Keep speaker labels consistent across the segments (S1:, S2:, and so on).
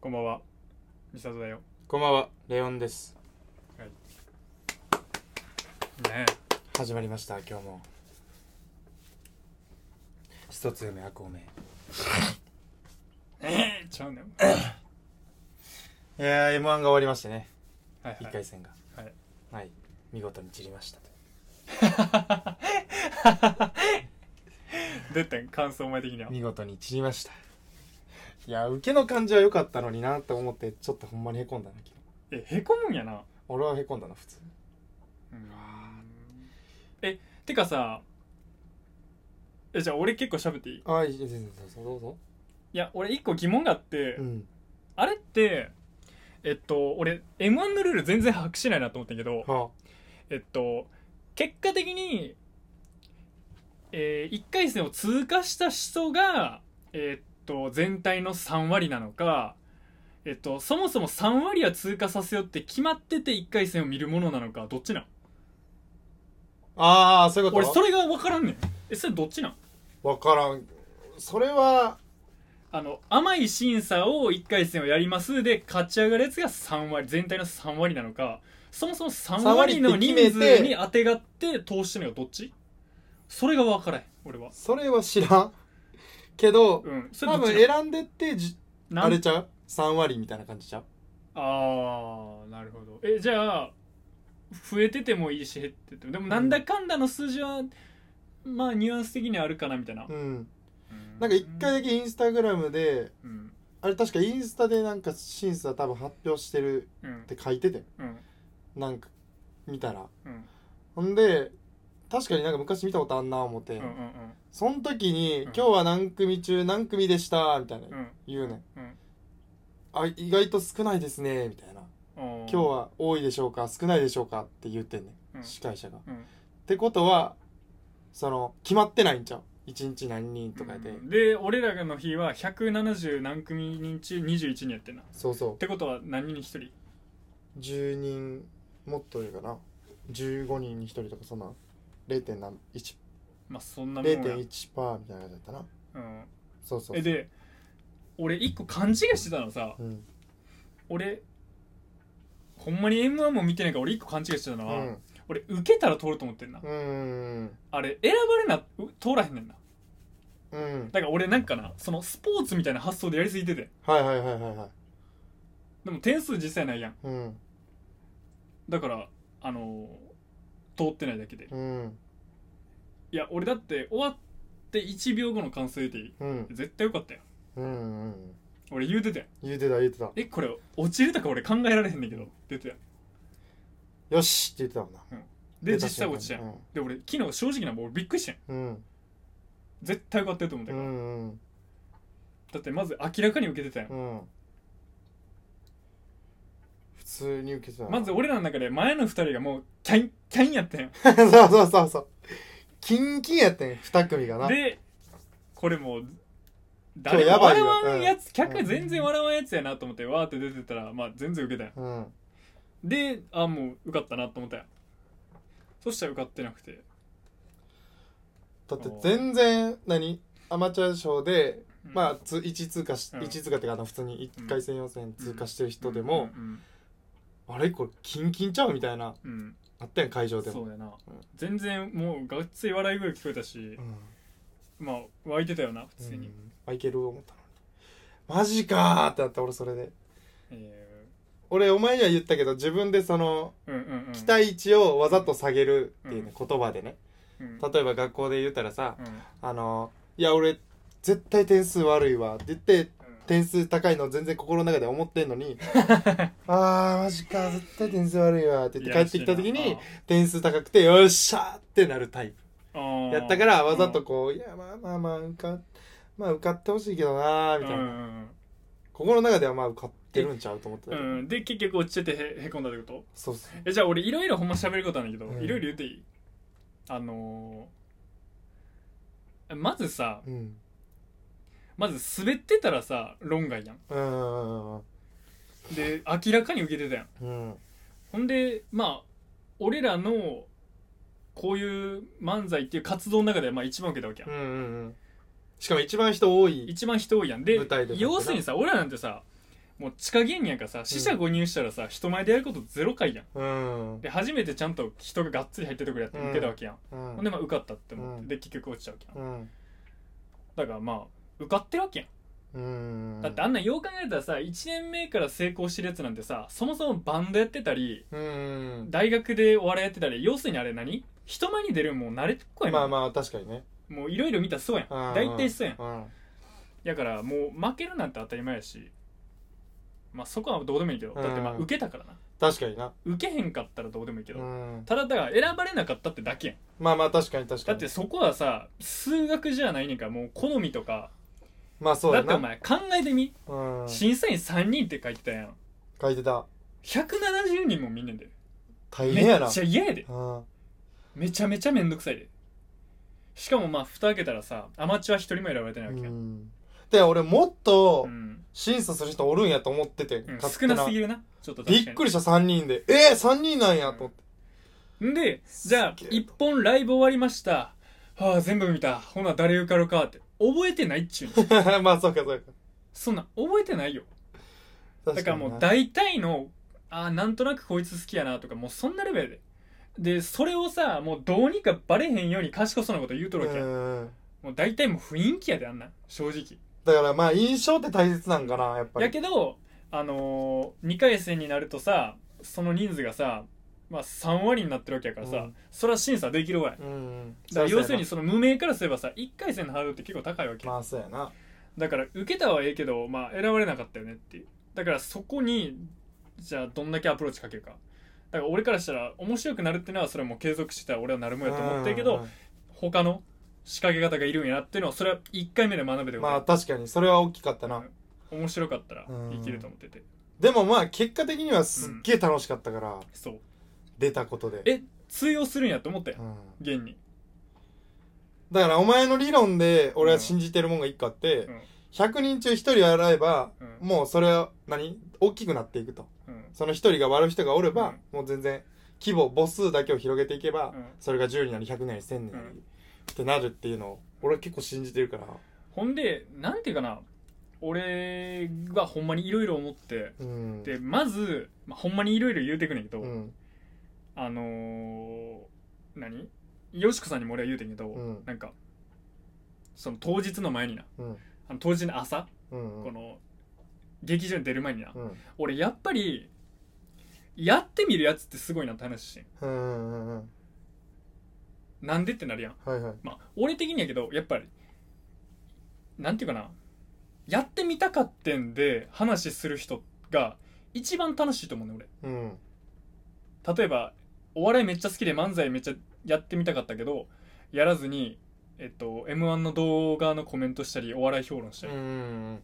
S1: こんばんは。ミサトだよ。
S2: こんばんは、レオンです。
S1: ね
S2: 始まりました、今日も。一つ目、悪おめ。
S1: え。えー、ちゃうねん。
S2: いやー、M1 が終わりましてね、
S1: はい
S2: 一
S1: はい。
S2: 回戦が。
S1: はい。
S2: はい、見事に散りましたと。
S1: 出てん、感想お前的には。
S2: 見事に散りました。いやー、受けの感じは良かったのになと思って、ちょっとほんまにへこんだな、昨日。
S1: え、へこむんやな。
S2: 俺はへこんだな、普通。
S1: うん。え、てかさ、え、じゃあ俺結構喋っていいい
S2: ああ、いい全然どうぞ、どうぞ。
S1: や、俺一個疑問があって、
S2: うん。
S1: あれって、えっと、俺、M1 のルール全然把握しないなと思ったんやけど、
S2: は
S1: えっと、結果的に、えー、1回戦を通過した人が、えーっと、全体の3割なのか、えっと、そもそも3割は通過させようって決まってて1回戦を見るものなのか、どっちなん
S2: あ、ああ、そういうこ
S1: 俺、
S2: と
S1: それが分からんねん。え、それどっちなん
S2: わからん。それは、
S1: あの、甘い審査を1回戦をやりますで、勝ち上がるやつが3割、全体の3割なのか、そもそも3割の人数に当てがって通してるのがどっちそれが分からへん、俺は。
S2: それは知らん。けど、
S1: うん、それ
S2: 多
S1: どっ
S2: 分
S1: ち
S2: 選んでってじ
S1: な
S2: あ
S1: ん
S2: れちゃう3割みたいな感じちゃう
S1: ああなるほどえじゃあ増えててもいいし減っててもでもなんだかんだの数字は、まあニュアンス的にはあるかなみたいな、
S2: うんなんか一回だけインスタグラムで
S1: うん
S2: あれ確かインスタでなんか審査多分発表してる
S1: うん
S2: って書いてて
S1: うん
S2: なんか見たら
S1: うんうん
S2: ほんで確かになんか昔見たことあんな思って、
S1: うんうん
S2: その時に、
S1: ん
S2: 今日は何組中何組でした」みたいな
S1: うん
S2: 言うねん
S1: うん
S2: あ意外と少ないですね」みたいな
S1: 今
S2: 「今日は多いでしょうか少ないでしょうか」って言ってんね
S1: うん
S2: ん司会者が。
S1: うん
S2: ってことはその決まってないんちゃう一日何人とかで、
S1: うんで俺らの日は170何組人中21人やってんなっ
S2: そうそう
S1: てことは何人に1人
S2: 10人もっといるかな15人に1人とかそんな 0.1%,
S1: まあそんなもんや、うん、
S2: 0.1パーみたいな感じだったなそうそう
S1: えで俺一個勘違いしてたのさ、
S2: うん
S1: 俺ほんまに m 1も見てないから俺一個勘違いしてた
S2: う
S1: のは、
S2: ん
S1: 俺受けたら通ると思ってんな、
S2: うん
S1: あれ選ばれなう通らへんねんな
S2: うん
S1: だから俺なんかなそのスポーツみたいな発想でやりすぎてて
S2: はいはいはいはいはい
S1: でも点数実際ないやん
S2: うん
S1: だからあのー通ってないだけで
S2: うん
S1: いや俺だって終わって1秒後の感想言うていい
S2: うん
S1: 絶対よかったよ
S2: うんうん
S1: 俺言うてたやん
S2: 言うてた言うてた
S1: えこれ落ちるとか俺考えられへんねんけど出てたやん
S2: よしって言ってたもんな
S1: で
S2: 出た
S1: 実際
S2: 瞬間
S1: 落ちたやんで俺昨日正直なもう俺びっくりしてん
S2: うん
S1: 絶対よかったよと思った
S2: う
S1: から、
S2: んうん
S1: だってまず明らかに受けてたやん
S2: うん普通に受けてたな
S1: まず俺らの中で前の二人がもうキャンキャンやってん
S2: そうそうそうそうキンキンやってん2組がな
S1: でこれもう誰
S2: 今日や
S1: も
S2: ばい
S1: 笑
S2: よ
S1: わんやつ、
S2: うん
S1: 客全然笑わんやつやなと思ってわーって出てたらまあ全然受けたやん
S2: うん
S1: であもう受かったなと思ったやんそしたら受かってなくて
S2: だって全然何アマチュア賞で、
S1: うん
S2: まあつ1通過し、
S1: うん
S2: 一通過っていうかあの普通に1回戦予選通過してる人でも、
S1: うん
S2: あれこれキンキンちゃうみたいな
S1: うんうん
S2: あったやん会場でも
S1: そうやな、
S2: うん
S1: 全然もうがっつり笑い声聞こえたし
S2: うん
S1: まあ湧いてたよな普通に、
S2: うんあいける思ったのにマジかーってなった俺それで
S1: え
S2: 俺お前には言ったけど自分でその
S1: ーうんうんうん
S2: 期待値をわざと下げるっていうね、言葉でね
S1: うん
S2: 例えば学校で言ったらさ、
S1: うんうん
S2: あのいや俺絶対点数悪いわって言って点数高いの全然心の中で思ってんのにあーマジか絶対点数悪いわって言って帰ってきた時
S1: いやらしい
S2: に
S1: な
S2: 点数高くてよっしゃーってなるタイ
S1: あー
S2: プやったからわざとこういやまあまあまあ受かまあ受かってほしいけどなーみたいな、
S1: うんうんうん
S2: 心の中ではまあ受かってるんちゃうと思ってたけど、
S1: うん、で結局落ちててへへこんだってこと
S2: そうそう
S1: えじゃあ俺いろいろほんま喋ることなんだけど
S2: うん
S1: いろいろ言っていいあのー、まずさ
S2: うん
S1: まず滑ってたらさ論外やん
S2: うんうん
S1: で明らかに受けてたやん
S2: うん
S1: ほんでまあ俺らのこういう漫才っていう活動の中でまあ一番受けたわけやん、
S2: うんうんしかも一番人多い
S1: 一番人多いやんで
S2: 舞台でも
S1: 要するにさ俺らなんてさもう地下芸人やからさ死者誤入したらさ、人前でやることゼロ回やん
S2: うん
S1: で初めてちゃんと人ががっつり入ってるとこやって受けたわけやん、
S2: う
S1: ほんで
S2: ん
S1: まあ受かったって思って、
S2: うん
S1: で結局落ちちゃうわけやん
S2: うん
S1: だからまあ受かってるわけやん
S2: うん
S1: だってあんなんよう考えたらさ1年目から成功してるやつなんてさそもそもバンドやってたり
S2: うん
S1: 大学でお笑いやってたり要するにあれ何人前に出るんもう慣れてこい
S2: まあ
S1: あ
S2: まあ確かにね
S1: もういろいろ見たらそうやん
S2: うんうん
S1: 大体そうやん
S2: うん
S1: だからもう負けるなんて当たり前やしまあそこはどうでもいいけどだってまあ
S2: うん
S1: 受けたからな
S2: 確かにな
S1: 受けへんかったらどうでもいいけ
S2: う
S1: ど、
S2: ん
S1: ただだから選ばれなかったってだけやん
S2: まあまあ確かに確か
S1: だ
S2: に
S1: ってそこはさ数学じゃないねんからもう好みとか
S2: まあそう
S1: だ
S2: や
S1: ってお
S2: な
S1: 前考えてみ、
S2: うん
S1: 審査員3人って書いてたやん
S2: 書いてた
S1: 170人も見んねんで
S2: 大
S1: め
S2: 変やな
S1: っちゃ嫌やで
S2: うん
S1: めちゃめちゃめんどくさいでしかもまあ蓋開けたらさアマチュア一人も選ばれてないわけ
S2: う
S1: やん、
S2: んで俺もっと
S1: うん
S2: 審査する人おるんやと思ってて
S1: うん
S2: 勝
S1: 少
S2: 手
S1: なすぎるなちょっと
S2: びっ
S1: り
S2: くりした3人でえー、3人なんやと思って
S1: んでじゃあ
S2: すっげえ
S1: 一本ライブ終わりましたはあ全部見たほな誰受かるかって覚えてないっちゅうの
S2: まあそうかそうか
S1: そんなん覚えてないよだ
S2: 確
S1: から
S2: に
S1: もう
S2: な
S1: 大体のあーなんとなくこいつ好きやなとかもうそんなレベルででそれをさもうどうにかバレへんように賢そうなこと言うとるわけやん
S2: うん
S1: もう大体もう雰囲気やであんなん正直
S2: だからまあ印象って大切なんかなやっぱり
S1: やけどあのー、2回戦になるとさその人数がさ、まあ、3割になってるわけやからさ、
S2: うん
S1: それは審査できるわやだか
S2: うん
S1: ら要するに
S2: そ
S1: その無名からすればさ1回戦のハードルって結構高いわけ、
S2: うやなまあそうやな
S1: だから受けたはええけど、まあ、選ばれなかったよねっていうだからそこにじゃあどんだけアプローチかけるかだから俺からしたら面白くなるってのはそれはもう継続してたら俺はなるもんやと思ってるけど、他の仕掛け方がいるんやなっていうのはそれは1回目で学べ
S2: う
S1: て
S2: ん
S1: ござ
S2: ま
S1: い
S2: あ確かにそれは大きかったな、
S1: うん面白かったら
S2: うん
S1: 生きると思ってて、
S2: でもまあ結果的にはすっげえ楽しかったから、
S1: そう
S2: 出たことで、
S1: え通用するんやと思ったやん
S2: うん、
S1: 現に
S2: だからお前の理論で俺は信じてるもんが一個あって、
S1: うん
S2: 100人中1人洗えば、
S1: うん
S2: もうそれは何大きくなっていくと
S1: うん
S2: その1人が悪い人がおれば、もう全然規模母数だけを広げていけ
S1: う
S2: ば、
S1: ん
S2: それが10になり100なり1000になり、
S1: うん
S2: ってなるっていうのを俺は結構信じてるから
S1: ほんでなんていうかな俺はほんまにいろいろ思って
S2: うん
S1: でまず、まあ、ほんまにいろいろ言うてくねんけど、
S2: うん
S1: あのー、何よしこさんにも俺は言うてんけど、
S2: うん
S1: なんかその当日の前にな
S2: うん
S1: あの当日の朝、
S2: うん
S1: この劇場に出る前にな、
S2: うん
S1: 俺やっぱりやってみるやつってすごいなって話してん
S2: うんうんうんうん
S1: なんでってなるやん
S2: はいはい
S1: まあ、俺的にやけどやっぱりなんていうかなやってみたかってんで話する人が一番楽しいと思うね
S2: うん
S1: 俺例えばお笑いめっちゃ好きで漫才めっちゃやってみたかったけどやらずに、えっと、m 1の動画のコメントしたりお笑い評論した
S2: うん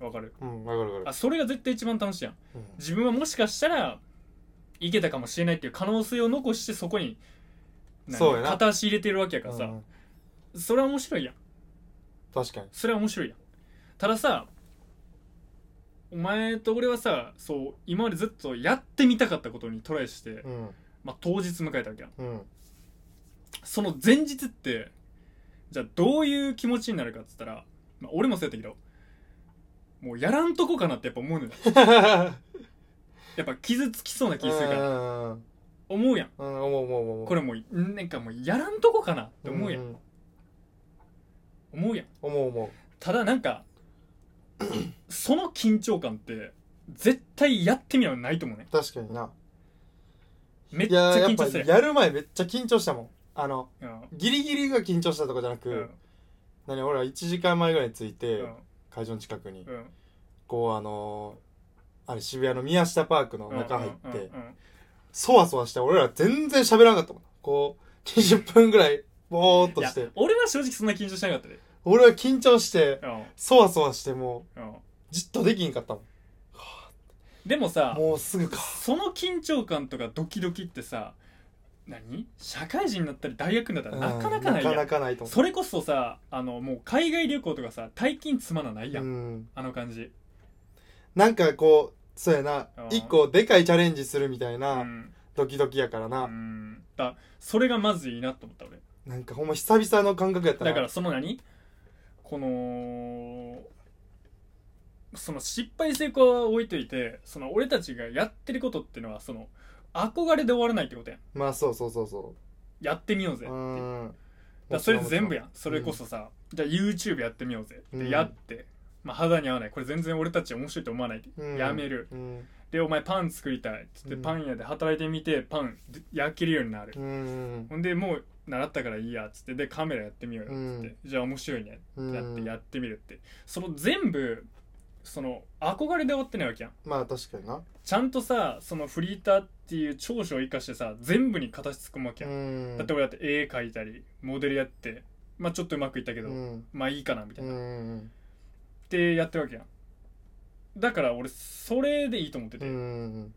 S1: りわ、
S2: うん
S1: かる
S2: うんわかるわか
S1: あ
S2: る
S1: それが絶対一番楽しいやん
S2: うん
S1: 自分はもしかしたらいけたかもしれないっていう可能性を残してそこに何
S2: そうやな
S1: 片足入れてるわけやからさ、
S2: うん
S1: それは面白いやん
S2: 確かに
S1: それは面白いやんたださお前と俺はさそう今までずっとやってみたかったことにトライして
S2: う、ん
S1: まあ、当日迎えたわけやん
S2: うん
S1: その前日ってじゃあどういう気持ちになるかっつったら、まあ、俺もそうやったけどもうやらんとこかなってやっぱ思うのよやっぱ傷つきそうな気するから
S2: うん
S1: 思うやん
S2: うんうん思う思う思う思う
S1: これもうなんかもうやらんとこかなって思うやん
S2: ん
S1: 思うやん
S2: 思う思
S1: ただなんかその緊張感って絶対やってみればないと思うね
S2: う確かにな
S1: めっ
S2: い
S1: ちゃ
S2: ややっ
S1: 緊
S2: ぱ
S1: 張する
S2: りやる前めっちゃ緊張したもんあの
S1: うん
S2: ギリギリが緊張したとかじゃなく、
S1: うん
S2: 何俺は1時間前ぐらいに着いうて、
S1: ん
S2: 会場の近く
S1: う
S2: に、
S1: ん
S2: こうあのーあれ渋谷の宮下パークの中入って、
S1: うんうん
S2: そわそわして俺ら全然喋らなかったもんこう20分ぐらいぼーっ
S1: うん
S2: と
S1: いや
S2: して
S1: 俺は正直そんな緊張しなかったで
S2: 俺は緊張して
S1: う
S2: そわそわしても
S1: んうん
S2: うじっとできんかったもん
S1: でもさ
S2: もうすぐか
S1: その緊張感とかドキドキってさ何社会人になったり大学になったらなかなかない
S2: うんなか
S1: や
S2: なかないと
S1: ん
S2: 思、
S1: それこそさあのもう海外旅行とかさ大金つまらないうや
S2: うんん、
S1: あの感じ
S2: なんかこうそうやな
S1: うん
S2: 一個でかいチャレンジするみたいうな、
S1: ん
S2: ドキドキやからな、
S1: うんだそれがまずいいなと思った俺
S2: なんかほんま久々の感覚やったな
S1: だからその何このその失敗成功は置いといてその俺たちがやってることっていうのはその憧れで終わらないってことやん
S2: まあそうそうそうそ
S1: やってみようぜっ
S2: う
S1: てい
S2: う
S1: う
S2: ーん
S1: だからそれ全部やんそれ
S2: うん
S1: こそさ、じゃあ YouTube やってみようぜ
S2: う
S1: で
S2: ん
S1: やって、まあ、肌に合わないこれ全然俺たち面白いと思わないって、
S2: うん
S1: やめる
S2: うん
S1: でお前パン作りたいっつって
S2: うん
S1: パン屋で働いてみてパン焼けるようになる、
S2: うん
S1: ほんでもう習ったからいいやっつってでカメラやってみようよっつって、じゃあ面白いね
S2: うん
S1: ってやってやってみるって、その全部その憧れで終わってないわけやん
S2: まあ確かにな
S1: ちゃんとさそのフリーターっていう長所を生かしてさ全部に形つくわけやん、
S2: うん
S1: だって俺だって絵描いたりモデルやってまあちょっとうまくいったけど、
S2: うん
S1: まあいいかなみた
S2: う
S1: いな、っ
S2: ん
S1: てやってるわけやんだから俺それでいいと思ってて、
S2: うん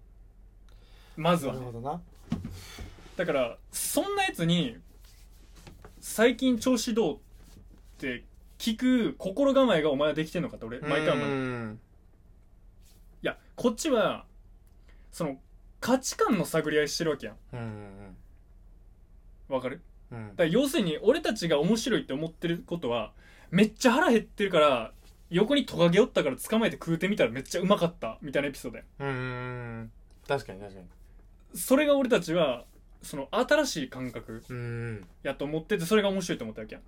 S1: まず
S2: な
S1: は
S2: る
S1: ね
S2: ほどな
S1: だからそんなやつに最近調子どうって聞く心構えがお前はできてんのかって俺毎回思う、
S2: う
S1: い
S2: ん
S1: やこっちはその価値観の探り合いしてるわけやん
S2: うん
S1: わかる
S2: うん
S1: だから要するに俺たちが面白いって思ってることはめっちゃ腹減ってるから横にトカゲおったから捕まえて食うてみたらめっちゃうまかったみたいなエピソードやん
S2: うん確かに確かに
S1: それが俺たちはその新しい感覚
S2: うん
S1: やと思っててそれが面白いと思ったわけやん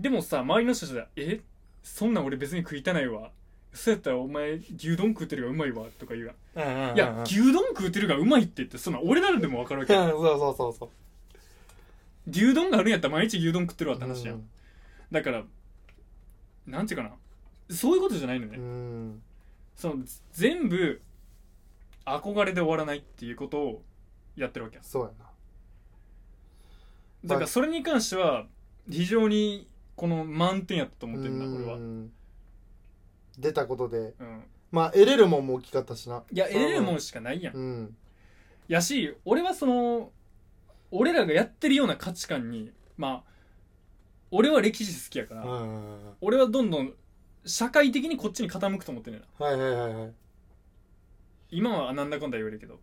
S1: でもさ周りの人たちは「えそんなん俺別に食いたないわ」そうやったらお前牛丼食うてるがうまいわとか言うやんい
S2: いや
S1: や牛丼食うてるがうまいって言ってそんなん俺ならでも分かるわけやん
S2: そうそうそうそう
S1: 牛丼があるんやったら毎日牛丼食ってるわって話やん、
S2: うん
S1: だからなんていうかなそういうことじゃないのね、
S2: うん
S1: そのぜ全部憧れで終わらないっていうことをやってるわけやん
S2: そうやな
S1: だからそれに関しては非常にこの満点やったと思ってるんだ
S2: うん
S1: 俺は
S2: 出たことで
S1: うん
S2: まあ得れるもんも大きかったしない
S1: や得れるも
S2: ん
S1: んしかないやん
S2: うん
S1: やし俺はその俺らがやってるような価値観にまあ俺は歴史好きやから、
S2: うん
S1: 俺はどんどん社会的にこっちに傾くと思ってんねんな
S2: はいはいはいはい
S1: 今はなんだかんだ言われるけど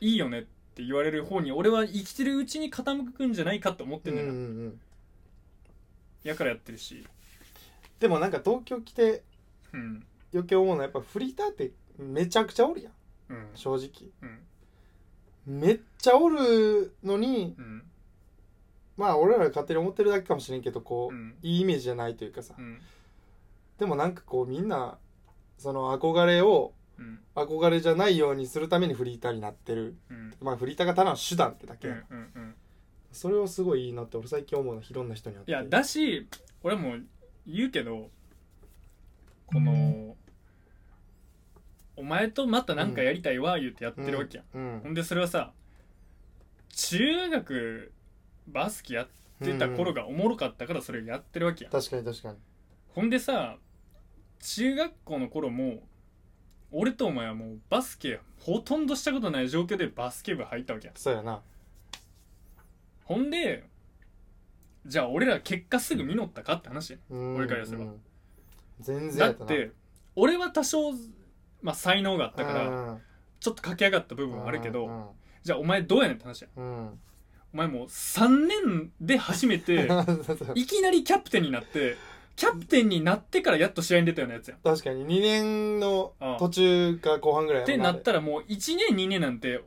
S1: いいよねって言われる方に俺は生きてるうちに傾くんじゃないかって思ってんねんな、
S2: うんうんうん
S1: やからやってるし
S2: でもなんか東京来て
S1: うん
S2: 余計思うのはやっぱフリーターってめちゃくちゃおるやん
S1: うん
S2: 正直
S1: うん
S2: めっちゃおるのに
S1: うん
S2: まあ俺らが勝手に思ってるだけかもしれんけどこう、
S1: うん
S2: いいイメージじゃないというかさ
S1: うん
S2: でもなんかこうみんなその憧れを
S1: うん
S2: 憧れじゃないようにするためにフリーターになってる
S1: うん
S2: まあフリーターがただの手段ってだけ、
S1: うんうんうん
S2: それをすごいいいなって俺最近思うのいろんな人に会っ
S1: い
S2: てい
S1: やだし俺も言うけどこのお前とまたなんかやりたいわ言うてやってるわけやん、
S2: うん
S1: ほんでそれはさ中学バスケやってた頃がおもろかったからそれやってるわけやん、
S2: 確かに確かに
S1: ほんでさ中学校の頃も俺とお前はもうバスケほとんどしたことない状況でバスケ部入ったわけやん
S2: そうやな
S1: ほんでじゃあ俺ら結果すぐ見乗ったかって話やん
S2: うん
S1: 俺からすれば
S2: うん全然
S1: だ
S2: や
S1: っ
S2: ったな
S1: て俺は多少、まあ、才能があったから
S2: ら
S1: ちょっと駆け上がった部分はあるけど
S2: う
S1: じゃあお前どうやねんって話や
S2: んうん、
S1: お前もう3年で初め ていきなりキャプテンになってキャプテンになってからやっと試合に出たようなやつやんっ
S2: 確かに2年の途中か後半ぐらいや
S1: て
S2: もん
S1: なったらもう1年2年なんて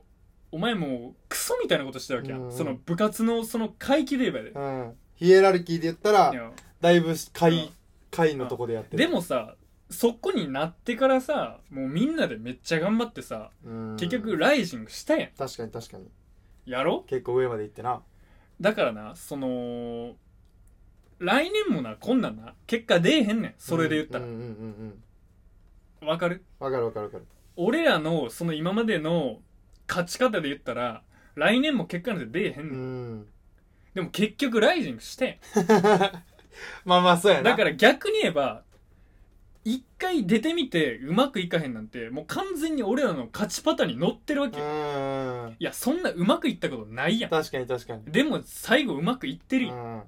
S1: お前もうクソみたいなことしてたわけや
S2: うんん
S1: その部活のその階級で言えば
S2: あ
S1: や
S2: れうん、ヒエラルキーで言ったら
S1: でいや
S2: だいぶ下
S1: うん
S2: 位下位のとこでやってる
S1: で、もさそこになってからさもうみんなでめっちゃ頑張ってさ
S2: うん
S1: 結局ライジングしたやん
S2: 確かに確かに
S1: やろ
S2: 結構上まで行ってな
S1: だからなその来年もなこんなんな結果出えへんねんそれで言ったら
S2: う
S1: わ
S2: ん、うんうんうん
S1: かる
S2: わかるわかるわかる
S1: 俺らのその今までの勝ち方で言ったら来年も結果なんて出えへん
S2: う
S1: ねん、
S2: ん
S1: でも結局ライジングして
S2: まあまあそうや
S1: ん
S2: な
S1: だから逆に言えば一回出てみてうまくいかへんなんてもう完全に俺らの勝ちパターンに乗ってるわけ、い
S2: うん
S1: やそんなうまくいったことないやん
S2: 確かに確かに
S1: でも最後うまくいってるやん、
S2: うん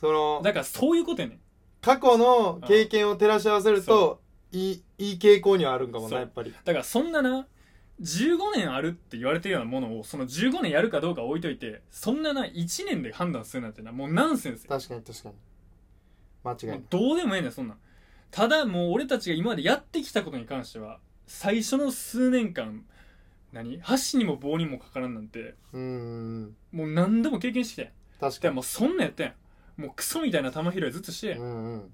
S2: その
S1: だからそういうことやねん
S2: 過去の経験を照らし合わせるといいいい傾向にはあるんかも
S1: そう
S2: なやっぱり
S1: だからそんなな15年あるって言われてるようなものをその15年やるかどうかは置いといてそんなな1年で判断するなんてなもうナンセンスや
S2: 確かに確かに間違いない
S1: もうどうでもええねんそんなんただもう俺たちが今までやってきたことに関しては最初の数年間何箸にも棒にもかからんなんて
S2: うーん
S1: もう何度も経験してきたやん
S2: 確
S1: で
S2: かに
S1: もうそんなんやったやんもうクソみたいな球拾いずっとして
S2: うんうん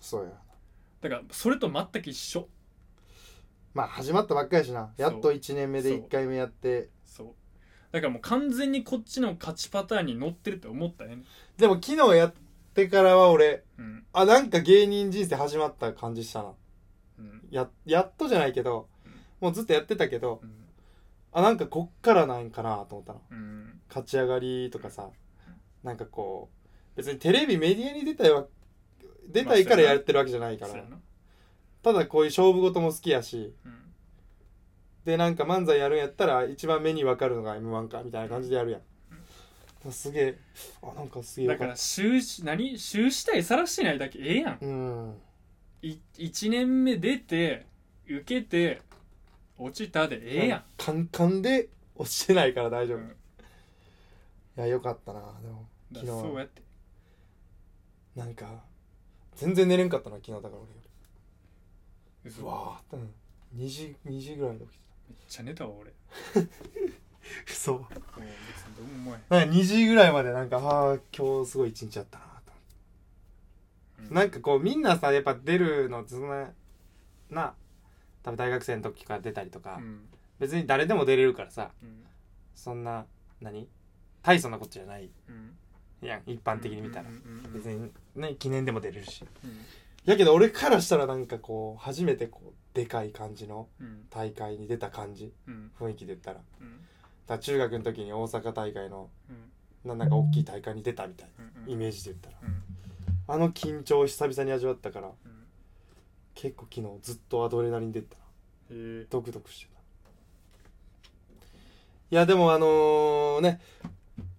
S2: そうや
S1: だからそれと全く一緒
S2: まあ始まったばっかりやしなやっと1年目で1回目やって
S1: そうだからもう完全にこっちの勝ちパターンに乗ってるって思ったよね
S2: でも昨日やってからは俺
S1: うん
S2: あなんか芸人人生始まった感じしたな
S1: うん
S2: ややっとじゃないけどもうずっとやってたけど
S1: うん
S2: あなんかこっからなんかなと思ったの
S1: うん
S2: 勝ち上がりとかさなんかこう別にテレビメディアに出たいわ出たいからやってるわけじゃないか
S1: そう
S2: ら
S1: やな
S2: ただこういう勝負事も好きやし
S1: うん
S2: でなんか漫才やるんやったら一番目に分かるのが m 1かみたいな感じでやるやん、すげえあなんかすげえ
S1: だ
S2: よ
S1: か
S2: かっ
S1: ら収支何収支体さらしてないだけええやん
S2: たうん
S1: い1年目出て受けて落ちたでええやん
S2: カンカンで落ちてないから大丈夫、
S1: うん
S2: いやよかったな
S1: だ
S2: でも昨
S1: からそう
S2: 日
S1: やって
S2: なんか全然寝れんかったな昨日だから俺う
S1: めっ
S2: わーうん2時2時ぐらいに起きて
S1: ちゃ寝たわ俺
S2: たそう
S1: もう別にどうも思え
S2: なんか2時ぐらいまでなんかああ今日すごい一日やったなと思って
S1: へん
S2: なんかこうみんなさやっぱ出るのそんなな多分大学生の時から出たりとか、
S1: うん
S2: 別に誰でも出れるからさ
S1: うん
S2: そんな何大層なことじゃない
S1: うん
S2: やん一般的に見たら
S1: うんうんうんうん
S2: 別にね記念でも出れるし
S1: うん
S2: やけど俺からしたらなんかこう初めてこうでかい感じの
S1: うん
S2: 大会に出た感じ
S1: うん
S2: 雰囲気で言ったらだか
S1: うん
S2: ら中学の時に大阪大会の
S1: うん
S2: ななんか大きい大会に出たみたい
S1: うんうん
S2: なイメージで言った
S1: う
S2: ら
S1: ん
S2: あの緊張を久々に味わったから
S1: うん
S2: 結構昨日ずっとアドレナリン出てたな
S1: へえ
S2: ドクドクしてたいやでもあのね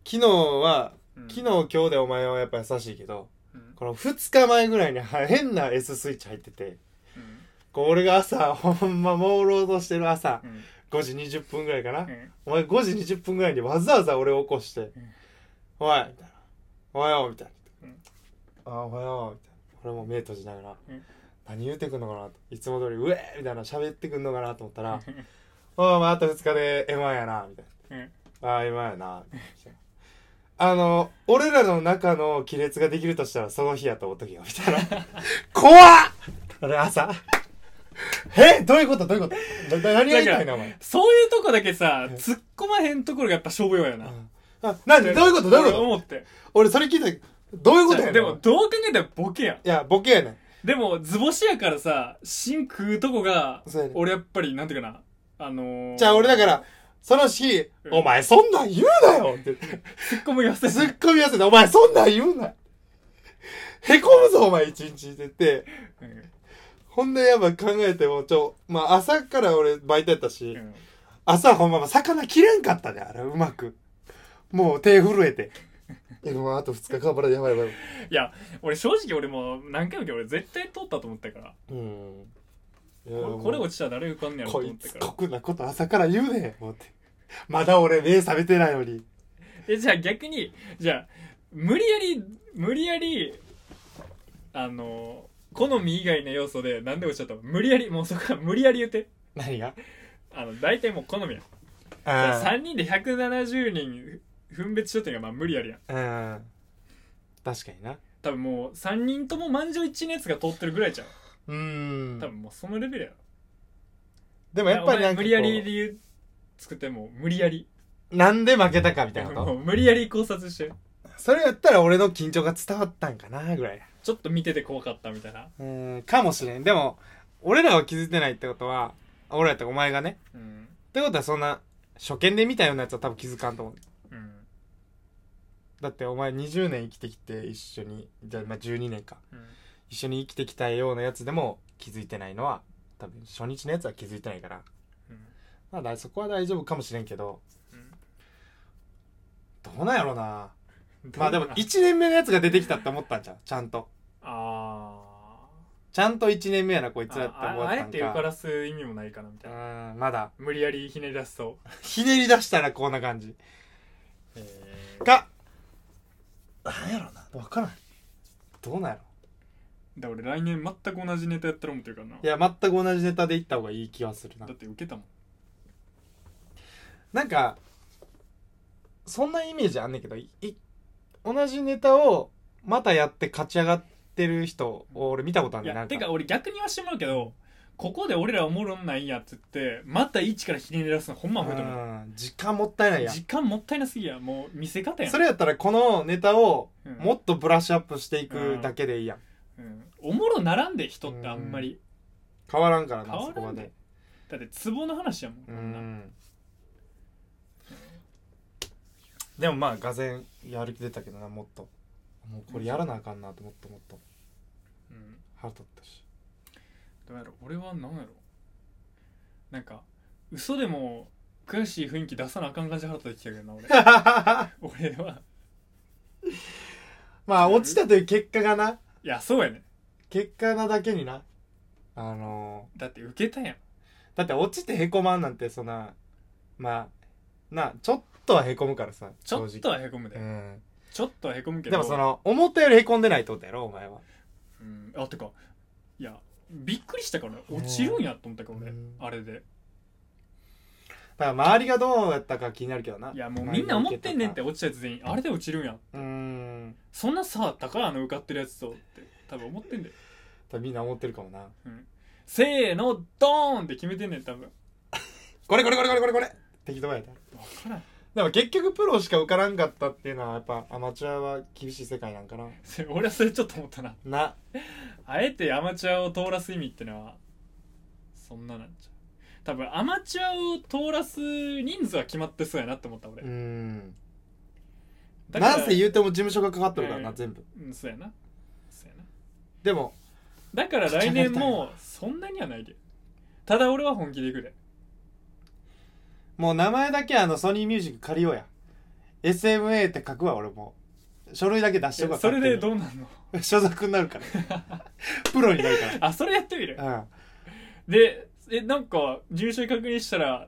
S2: 昨日は
S1: うん
S2: 昨日今日でお前はやっぱ優しいけど
S1: うん
S2: この2日前ぐらいには変な S スイッチ入ってて
S1: うん
S2: こう俺が朝ほんま朦朧としてる朝
S1: うん
S2: 5時20分ぐらいかな、
S1: うん
S2: お前5時20分ぐらいにわざわざ俺を起こして「
S1: ん
S2: おい」みたいな「おはよう」みたいな
S1: うん
S2: 「あおはよう」みたいな俺も目閉じながら、
S1: うん
S2: 何言うてくんのかなといつも通り「うえー!」みたいな喋ってくんのかなと思ったら「おいまあ、あと2日で M−1 やな」みたいな。
S1: うん
S2: ああ、今やな。あの、俺らの中の亀裂ができるとしたらその日やと思っときよ、みたい な。怖っ俺朝。えどういうことどういうことな何やりたいのお前。
S1: そういうとこだけさ
S2: うん
S1: 突っ込まへんところがやっぱ勝負用やな
S2: あ、なんでどういうことどういう
S1: 俺
S2: こと
S1: 思って
S2: 俺それ聞いたらどういうことやねん。
S1: でもどう考えたらボケやん
S2: いや、ボケやねん。
S1: でも図星やからさ芯食うとこが
S2: そうやね
S1: 俺やっぱりなんていうかなあのー、
S2: じゃあ俺だから、その日、
S1: うん
S2: お前そんなん言うなよって。
S1: ツッコミがせ
S2: 突っ込みやすいな。お前そんなん言うな。へこむぞ、お前一日って言って。
S1: うん
S2: ほんでやっぱ考えても、ちょ、まあ朝から俺バイトやったし、
S1: うん
S2: 朝ほんま魚切れんかったで、あれ、うまく。もう手震えて。え、もうあと2日頑張らないやばいやばい。
S1: いや俺正直俺もう何回も言うけど俺絶対通ったと思ったから
S2: うん。いや
S1: これこれ落ちたら誰受かんねやろと
S2: こ
S1: 思っ
S2: い
S1: て
S2: つ
S1: から
S2: 酷なこと朝から言うね思って。まだ俺目覚めてないのに。
S1: えじゃあ逆にじゃあ無理やり無理やりあのー、好み以外の要素でなんで落ちちゃったの無理やりもうそこは無理やり言って
S2: 何が
S1: あの大体もう好みやん
S2: う
S1: 3人で170人分別しとってんがまあ無理やりやん
S2: ん。うん。確かにな。
S1: 多分もう3人とも満場一致のやつが通ってるぐらいじゃん
S2: うん
S1: 多。分もうそのレベルやろ、
S2: でもやっぱり
S1: お
S2: な
S1: 前
S2: んか
S1: 無
S2: こ
S1: 理やり理由作っても無理やり
S2: う、なんで負けたかみたいな
S1: も
S2: こ
S1: う無理やり考察して
S2: と。それやったら俺の緊張が伝わったんかな、ぐらい。
S1: ちょっと見てて怖かったみたいな
S2: うん、かもしれん。でも、俺らは気づいてないってことは、俺らってお前がね。
S1: うん
S2: ってことはそんな、初見で見たようなやつは多分気づかんと思
S1: う
S2: う。
S1: ん
S2: だってお前20年生きてきて一緒に、じゃあまあ12年か。
S1: うん
S2: 一緒に生きてきたようなやつでも気づいてないのは、多分初日のやつは気づいてないから。
S1: うん
S2: まあだそこは大丈夫かもしれんけど、
S1: う
S2: どうなんやろな。
S1: ん
S2: まあでも1年目のやつが出てきたって思ったんじゃん。ちゃんと。
S1: あ
S2: ちゃんと1年目やな、こい
S1: ー
S2: つらって思
S1: あ
S2: った
S1: あ
S2: ん
S1: え
S2: か。
S1: て受からす意味もないかなみたいな
S2: うん、まだ。
S1: 無理やりひねり出すと
S2: ひねり出したらこんな感じ。
S1: え
S2: か、なんやろな。わからん。どうなんやろ。
S1: だから俺来年全く同じネタやったら思ってるからない
S2: や全く同じネタでいった方がいい気はするな
S1: だって受けたもん
S2: なんかそんなイメージあんねんけどいい同じネタをまたやって勝ち上がってる人を俺見たことある
S1: い
S2: ねんな
S1: や
S2: ん
S1: てか俺逆に言わしてもらうけどここで俺らおもろんないんやって言ってまた一からひねり出すのほんまアホやと思う
S2: うん時間もったいないやん
S1: 時間もったいなすぎやもう見せ方やん
S2: それやったらこのネタを
S1: うん
S2: もっとブラッシュアップしていくだけでいいやん
S1: うんおもろならんで人ってあんまり
S2: 変わらんから
S1: 変
S2: なそ
S1: わ
S2: こ
S1: ら
S2: ま
S1: んで
S2: で
S1: だってツボの話やもんこ
S2: うん
S1: なん
S2: でもまあがぜんやる気出たけどなもっともうこれやらなあかんなともっともっと
S1: うん
S2: 腹立ったし
S1: どうやろ俺は何やろなんか嘘でも悔しい雰囲気出さなあかん感じで腹立ってきたけどな 俺俺は
S2: まあ落ちたという結果がない
S1: やそうやね
S2: 結果なだけになあの
S1: だって受けたやん
S2: ーだって落ちてへこまんなんてそんなまあなちょっとはへこむからさ
S1: ちょっとはへこむで、
S2: うん
S1: ちょっとはへこむけ
S2: で
S1: ど
S2: もその思ったよりへこんでないってことやろお前は
S1: うんあてかいやびっくりしたから落ちるんやと思ったから俺、
S2: うん
S1: あれで
S2: だから周りがどうやったか気になるけどない
S1: やもうみんな思ってんねんって落ちたやつ全員あれで落ちるんや
S2: うーん
S1: そんなさ高いあの受かってるやつとって多分思ってんだよ、
S2: 多分みんな思ってるかもな
S1: うん、せーのドーンって決めてんねん多分
S2: これこれこれこれこれこれ適当やった
S1: 分からん
S2: でも結局プロしか受からんかったっていうのはやっぱアマチュアは厳しい世界なんかな
S1: せ俺はそれちょっと思ったな
S2: な
S1: あえてアマチュアを通らす意味ってのはそんななんちゃう多分アマチュアを通らす人数は決まってそうやなって思った俺
S2: うーん
S1: だから
S2: なんせ言うても事務所がかかってるから
S1: う
S2: なん全部
S1: うんそうやなそうやな
S2: でも
S1: だから来年もそんなにはないでただ俺は本気でいくで
S2: もう名前だけあのソニーミュージック借りようや SMA って書くわ俺も書類だけ出しとくわ
S1: それでど
S2: う
S1: うなんの
S2: 所属になるから プロになるか
S1: あそれやってみる
S2: らうん
S1: でえなんか入所確認したら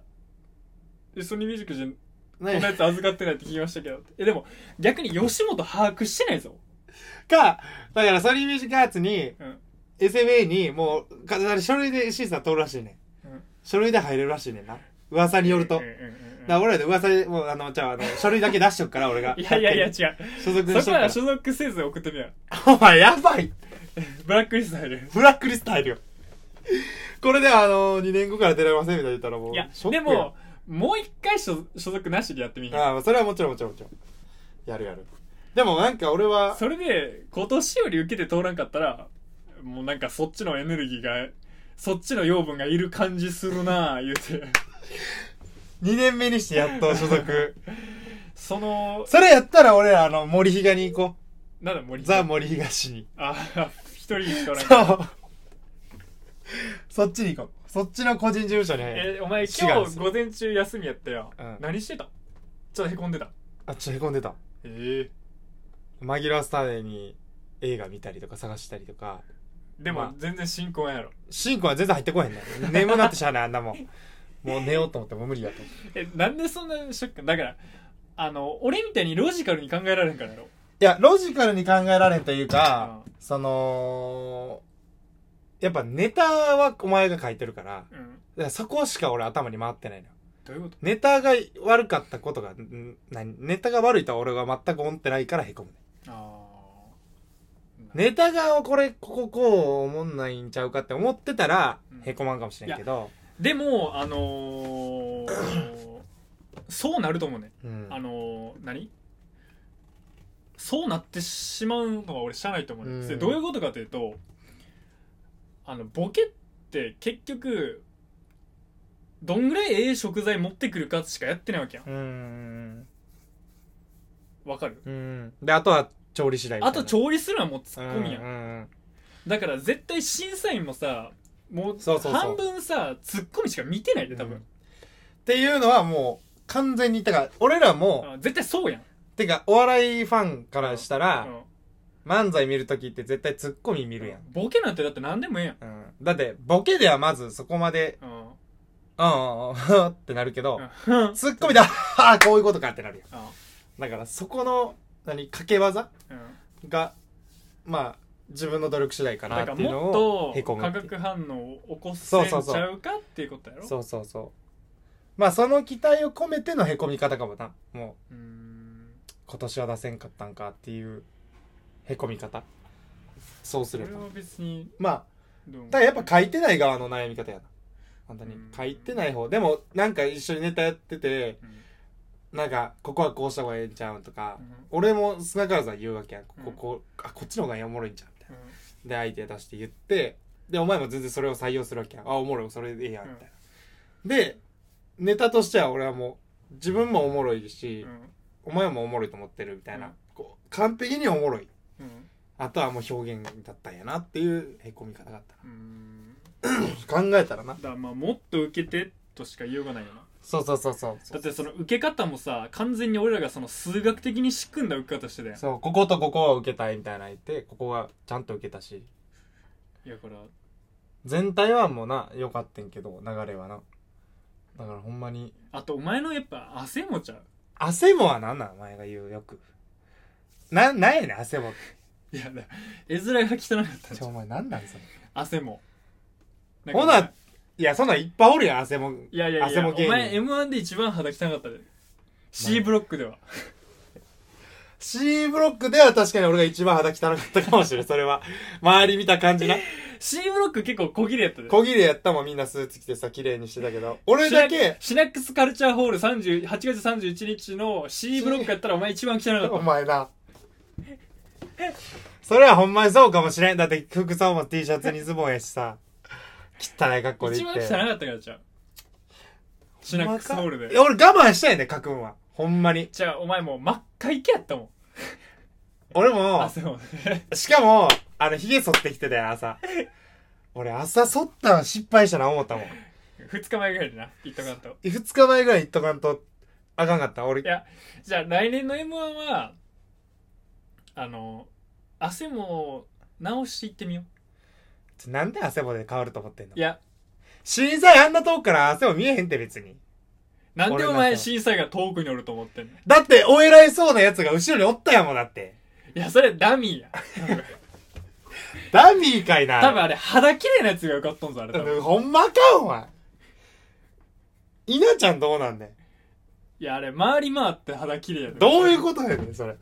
S1: えソニーミュージックじゃこの
S2: 何
S1: やつ預かってないって聞きましたけどえでも逆に吉本把握してないぞ
S2: かだからソニーミュージックアーツに
S1: うん
S2: SMA にもうか書類で審査通るらしいねん、
S1: うん
S2: 書類で入れるらしいねんな噂によると、
S1: うんうんうんうん
S2: だから俺らで噂でもうあのじゃああの書類だけ出しとくから俺が
S1: いやいやいや違
S2: 勝
S1: う
S2: 手に所属
S1: そこ
S2: にしとくか
S1: は
S2: ら
S1: 所属せず送ってみよう
S2: お前やばい
S1: ブラックリスト入る
S2: ブラックリスト入るよこれであの2年後から出られませんみたいに言ったらもう
S1: い
S2: い
S1: や
S2: ショック
S1: で
S2: や
S1: ももう一回所所属なしでやってみる
S2: ああそれはもちろんもちろんもちろんやるやるでもなんか俺は
S1: それで今年より受けて通らんかったらもうなんかそっちのエネルギーがそっちの養分がいる感じするなあ言うて
S2: 2年目にしてやっと所属
S1: その
S2: それやったら俺らあの森東に行こ
S1: なんだ森
S2: うザ森東に
S1: あ一人しかおらんか
S2: そ
S1: ら
S2: うそっちに行こうそっちの個人事務所に入る
S1: えお前
S2: 違
S1: 今
S2: うんです
S1: 日午前中休みやったよ、
S2: うん
S1: 何してたちょっとへこんでた
S2: あちょっとへこんでた
S1: え
S2: 紛らわすために映画見たりとか探したりとか
S1: えでも、
S2: まあ
S1: 全然進行やろ
S2: シンコは全然入ってこへんねん眠なってしゃあないあんなもん もう寝ようと思っても無理やとい
S1: えなんでそんなショックだからあの俺みたいにロジカルに考えられんからやろ
S2: やロジカルに考えられんというか
S1: あ
S2: そのやっぱネタはお前が書いてるからだか
S1: うん
S2: らそこしか俺頭に回ってないのよ
S1: どういうこと
S2: ネタが悪かったことがん何ネタが悪いとは俺が全く思ってないからへこむね
S1: ああ
S2: ネタがこれこここう思んないんちゃうかって思ってたら
S1: うん
S2: へこまんかもしれんけど、
S1: でもあのー そうなると思うね、
S2: うん
S1: あのー何そうなってしまうのは俺知らないと思うね、
S2: うん
S1: でどういうことかというとあのボケって結局どんぐらいええ食材持ってくるかしかやってないわけやん
S2: うん
S1: わかる
S2: うんであとは調理次第みた
S1: あ
S2: いな
S1: と調理するのはもうツッコミやん
S2: うんうんうん
S1: だから絶対審査員もさもう
S2: そうそうそう
S1: 半分さツッコミしか見てないで多
S2: うんっ
S1: 分、
S2: ていうのはもう完全にだから俺らも
S1: あ絶対そうやん、
S2: てかお笑いファンからしたら
S1: うん
S2: 漫才見るときって絶対ツッコミ見るやん、
S1: ボケなんてだって何でもええやん
S2: うん、だってボケではまずそこまで
S1: うん
S2: うんうんうんふん ってなるけど
S1: うんうん
S2: ツッコミでああこういうことかってなるやんだからそこの何掛け技がまあ自分の努力次第かな
S1: だ
S2: っ
S1: から
S2: ていうの
S1: もっ
S2: を
S1: と
S2: へこむ
S1: 化
S2: っていう
S1: 学反応を起こせんちゃうかっていうことやろ
S2: そうそうそうまあその期待を込めてのへこみ方かもなも
S1: うーん
S2: う今年は出せんかったんかっていうへこみ方そうす
S1: そ
S2: れ
S1: れ
S2: ば
S1: は別に
S2: まあ
S1: どうも
S2: ただやっぱ書いてない側の悩み方やな本当に
S1: うん
S2: 書いてない方でもなんか一緒にネタやってて
S1: うん
S2: なんかここはこうした方がええんちゃうんとか、
S1: うん
S2: 俺も砂川さん言うわけやんここ
S1: うん
S2: こうあこっちの方がおもろいんちゃうみたいな
S1: うん
S2: でアイデア出して言ってでお前も全然それを採用するわけやんあおもろいそれでええやんみたいな、でネタとしては俺はもう自分もおもろいし、
S1: う
S2: お前もおもろいと思ってるみたいな、
S1: うん
S2: こう完璧におもろい
S1: んうん
S2: あとはもう表現だったんやなっていうへこみ方だった
S1: うーん
S2: な考えたらな
S1: だからまあもっと受けてとしか言いようがないよな
S2: そうそうそうそう
S1: だってその受け方もさ完全に俺らがその数学的に仕組んだ受け方してたやん
S2: そうこことここは受けたいみたいな言ってここはちゃんと受けたし
S1: いやから
S2: 全体はもうな良かったんけど流れはなだからほんまに
S1: あとお前のやっぱ汗もちゃう
S2: 汗もはなんなんお前が言うよくななんやねん汗もって
S1: いやだ絵面が汚かったん
S2: ち
S1: じゃ
S2: ょ
S1: ん
S2: お前なんなんそれ
S1: 汗もん
S2: ほないやそんなんいっぱいおるやん汗も
S1: いやいやい
S2: 汗
S1: や
S2: も
S1: お
S2: 芸人
S1: 前 m 1で一番肌汚かったで C ブロックでは
S2: C ブロックでは確かに俺が一番肌汚かったかもしれんそれは 周り見た感 じな
S1: C ブロック結構小切れやったで
S2: 小切れやったもんみんなスーツ着てさ綺麗にしてたけど俺だけ
S1: シナックスカルチャーホール30 8月31日の C ブロックやったらお前一番汚かった
S2: お前な。それはほんまにそうかもしれん。だって服装も T シャツにズボンやしさ。汚い格好で
S1: 一番汚
S2: 行って。
S1: かったからじゃんシナックスホール
S2: い
S1: で
S2: や俺我慢したんやね、書くんは。ほんまに。
S1: じゃあお前もう真っ赤いけやったもん
S2: 俺も、
S1: 汗 も
S2: しかも、あの、髭剃ってきてたよ、朝。俺、朝剃ったの失敗したな、思ったもん。
S1: 2日前ぐらいでな言っとかんと
S2: 二日前ぐらい行っとかんと、あかんかった。俺
S1: い、やじゃあ来年の m 1はあの汗も直していってみよ
S2: なんで汗もで変わると思ってんの
S1: ういや
S2: 審査員あんな遠くから汗も見えへんって、別に。
S1: なんでお
S2: 俺なん
S1: 前
S2: か
S1: 審査員が遠くにおると思ってんの
S2: だって、お偉いそうなやつが後ろにおったやもん、だって。
S1: いやそれダミーや
S2: ダミーかいな。
S1: 多分あれ肌綺麗なやつが受かっとんぞあれ多分
S2: ほんまかお前稲ちゃんどうなんねん
S1: いやあれ回り回って肌綺麗やで
S2: どういうことやねんそれ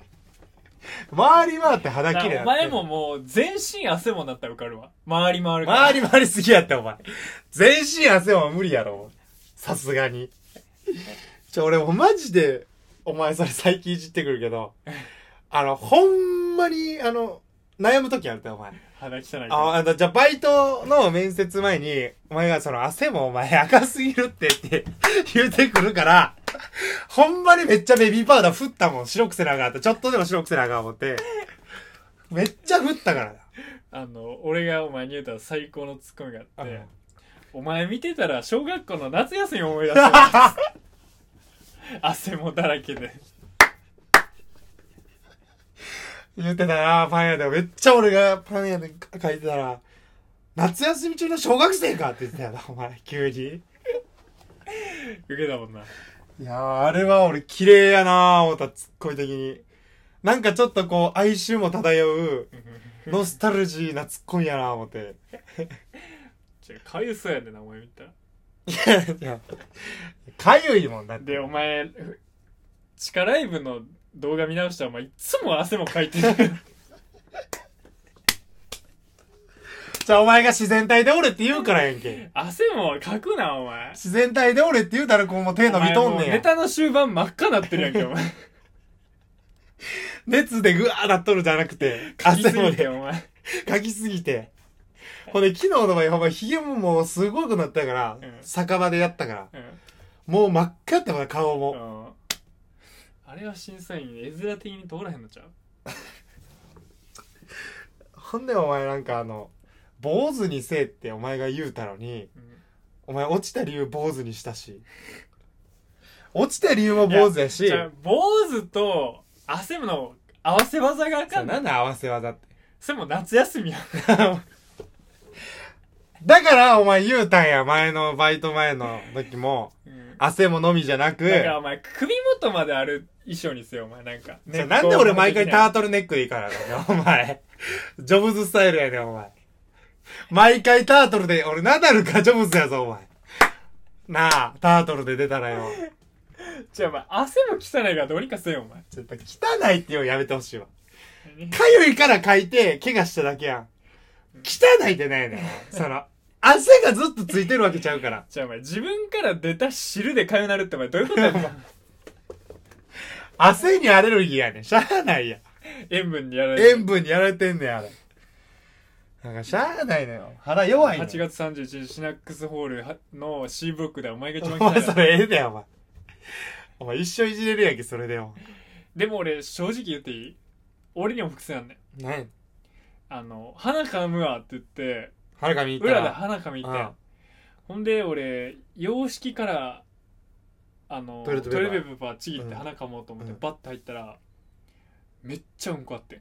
S2: 回り回って肌
S1: だ
S2: 綺
S1: か
S2: 麗
S1: ら
S2: や
S1: お
S2: って
S1: 前ももう全身汗もんだったら受かるわ回り回るから
S2: 回り回りすぎやってお前全身汗は無理やろさすがにちょ俺もマジでお前それ最近いじってくるけどあのほんまにあの悩む時あるってお前
S1: 肌汚いから
S2: ああのじゃあバイトの面接前にお前がその汗もお前赤すぎるってって言うてくるからほんまにめっちゃベビーパウダー振ったもん白くせなあかんってちょっとでも白くせなあかん思ってめっちゃ振ったから
S1: あの俺がお前に言うたら最高のツッコミがあ
S2: あ
S1: っ
S2: の
S1: てお前見てたら小学校の夏休み思い 出す汗もだらけで
S2: 言ってたなパン屋でめっちゃ俺がパン屋で書いてたら夏休み中の小学生かって言ってたよなお 前急に
S1: 受けたもんない
S2: やーあれは俺綺麗やなー思ったツッコミ的になんかちょっとこう哀愁も漂うノスタルジーなツッコミやな思って。
S1: じゃあかゆそうやでなお前見たら
S2: いや、いや、かゆいもんだって。
S1: でお前ふ地下ライブの動画見直したらお前いつも汗もかいてる
S2: じゃあお前が自然体でおれって言うからやんけ。
S1: 汗もかくなお前
S2: 自然体でおれって言うたらこうもう手伸びとん
S1: お前も
S2: ね
S1: うんネ
S2: や。
S1: タの終盤真っ赤なってるやんけお 前
S2: 熱でぐわーなっとるじゃなくて、
S1: かきす
S2: も
S1: ぎて
S2: で、
S1: お前
S2: かきすぎて。ほんで、昨日の場合、ほんま、髭ももうすごくなったから、
S1: うん
S2: 酒場でやったから、
S1: うん
S2: もう真っ赤やったから、顔
S1: う
S2: も。
S1: んあれは審査員絵面的に通らへんのちゃう
S2: ほんで、お前なんかあの、坊主にせえってお前が言うたのに、
S1: うん
S2: お前落ちた理由坊主にしたし。落ちた理由も坊主やし。
S1: じゃあ坊主と汗の合わせ技があか
S2: さ
S1: ん
S2: なん
S1: な
S2: だ合わせ技 って。
S1: それも夏休みやん
S2: だからお前言うたんや、前のバイト前の時も、
S1: うん
S2: 汗ものみじゃなく、
S1: だからお前首元まである衣装にせよお前なんか
S2: じゃあなんで俺毎回タ
S1: た
S2: ートルネックでいいからだよ、お前。ジョブズスタイルやねん、お前。毎回タートルで、俺ナダルかジョブズやぞ、お前。なあ、タートルで出たらよ。
S1: じゃあお前汗も汚いからどうにかせよお前
S2: ちょっと汚いって言うのやめてほしいわ。かゆいから書いて、怪我しただけやん。汚いってないねん。その、汗がずっとついてるわけちゃうから。
S1: じゃあお前自分から出た汁でかゆなるってお前どういうことやねん
S2: 汗にアレルギーやねん。しゃあないやん。
S1: 塩分にやられ
S2: 塩分にやられてんねん、あれ。なんかしゃあないのよ。腹弱いねん
S1: 8。月31日シナックスホールはの C ブロックでお前が一
S2: お
S1: 番
S2: 前
S1: 汚
S2: そ
S1: い
S2: れええねん、お前。お前一生いじれるやんけ、それでも。
S1: でも俺正直言っていい俺にも伏線あんねん
S2: 何
S1: あの鼻かむわって言って
S2: 腹髪いった
S1: 裏で
S2: ら、
S1: 鼻かみ行っ
S2: う
S1: て
S2: ん
S1: ほんで俺洋式からあの
S2: ト
S1: ト
S2: イ
S1: イレ
S2: レットペーパー
S1: ットペーパーちぎっ
S2: うん
S1: て鼻かもうと思って
S2: うん
S1: バッて入ったらめっちゃうんこあって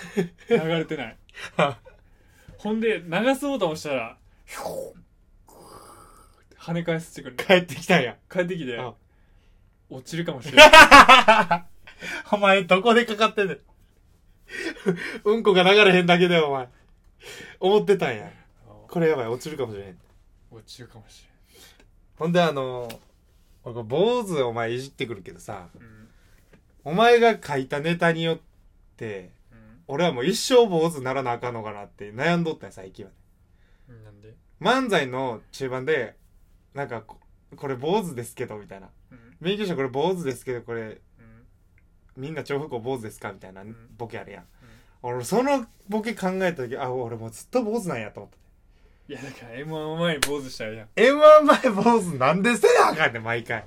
S1: ん流れてないほんで流そうともしたらひょーって跳ね返してくる
S2: 帰ってきたん や。
S1: 帰ってきて
S2: うん
S1: 落ちるかも しれない
S2: お前、どこでかかってんねん。 うんこが流れへんだけだよ、お前。思ってたんや。これやばい、落ちるかもしれへん。
S1: 落ちるかもしれ
S2: ほんで、あのー、俺これ坊主お前いじってくるけどさ、
S1: ない、うん
S2: お前が書いたネタによって、
S1: うん
S2: 俺はもう一生坊主ならなあかんのかなって悩んどったんや、最近は。
S1: うん、なんで、
S2: 漫才の中盤で、なんかこ、これ坊主ですけど、みたいな。
S1: うん
S2: 免許証これ坊主ですけど、これ
S1: うん
S2: みんな長不校坊主ですかみたいなんボケあるやん、俺そのボケ考えた時あ俺もうずっと坊主なんやと思っ
S1: いやだから m 1前に坊主したらいいやん
S2: て m 1前坊主なんでせなあかんねん毎回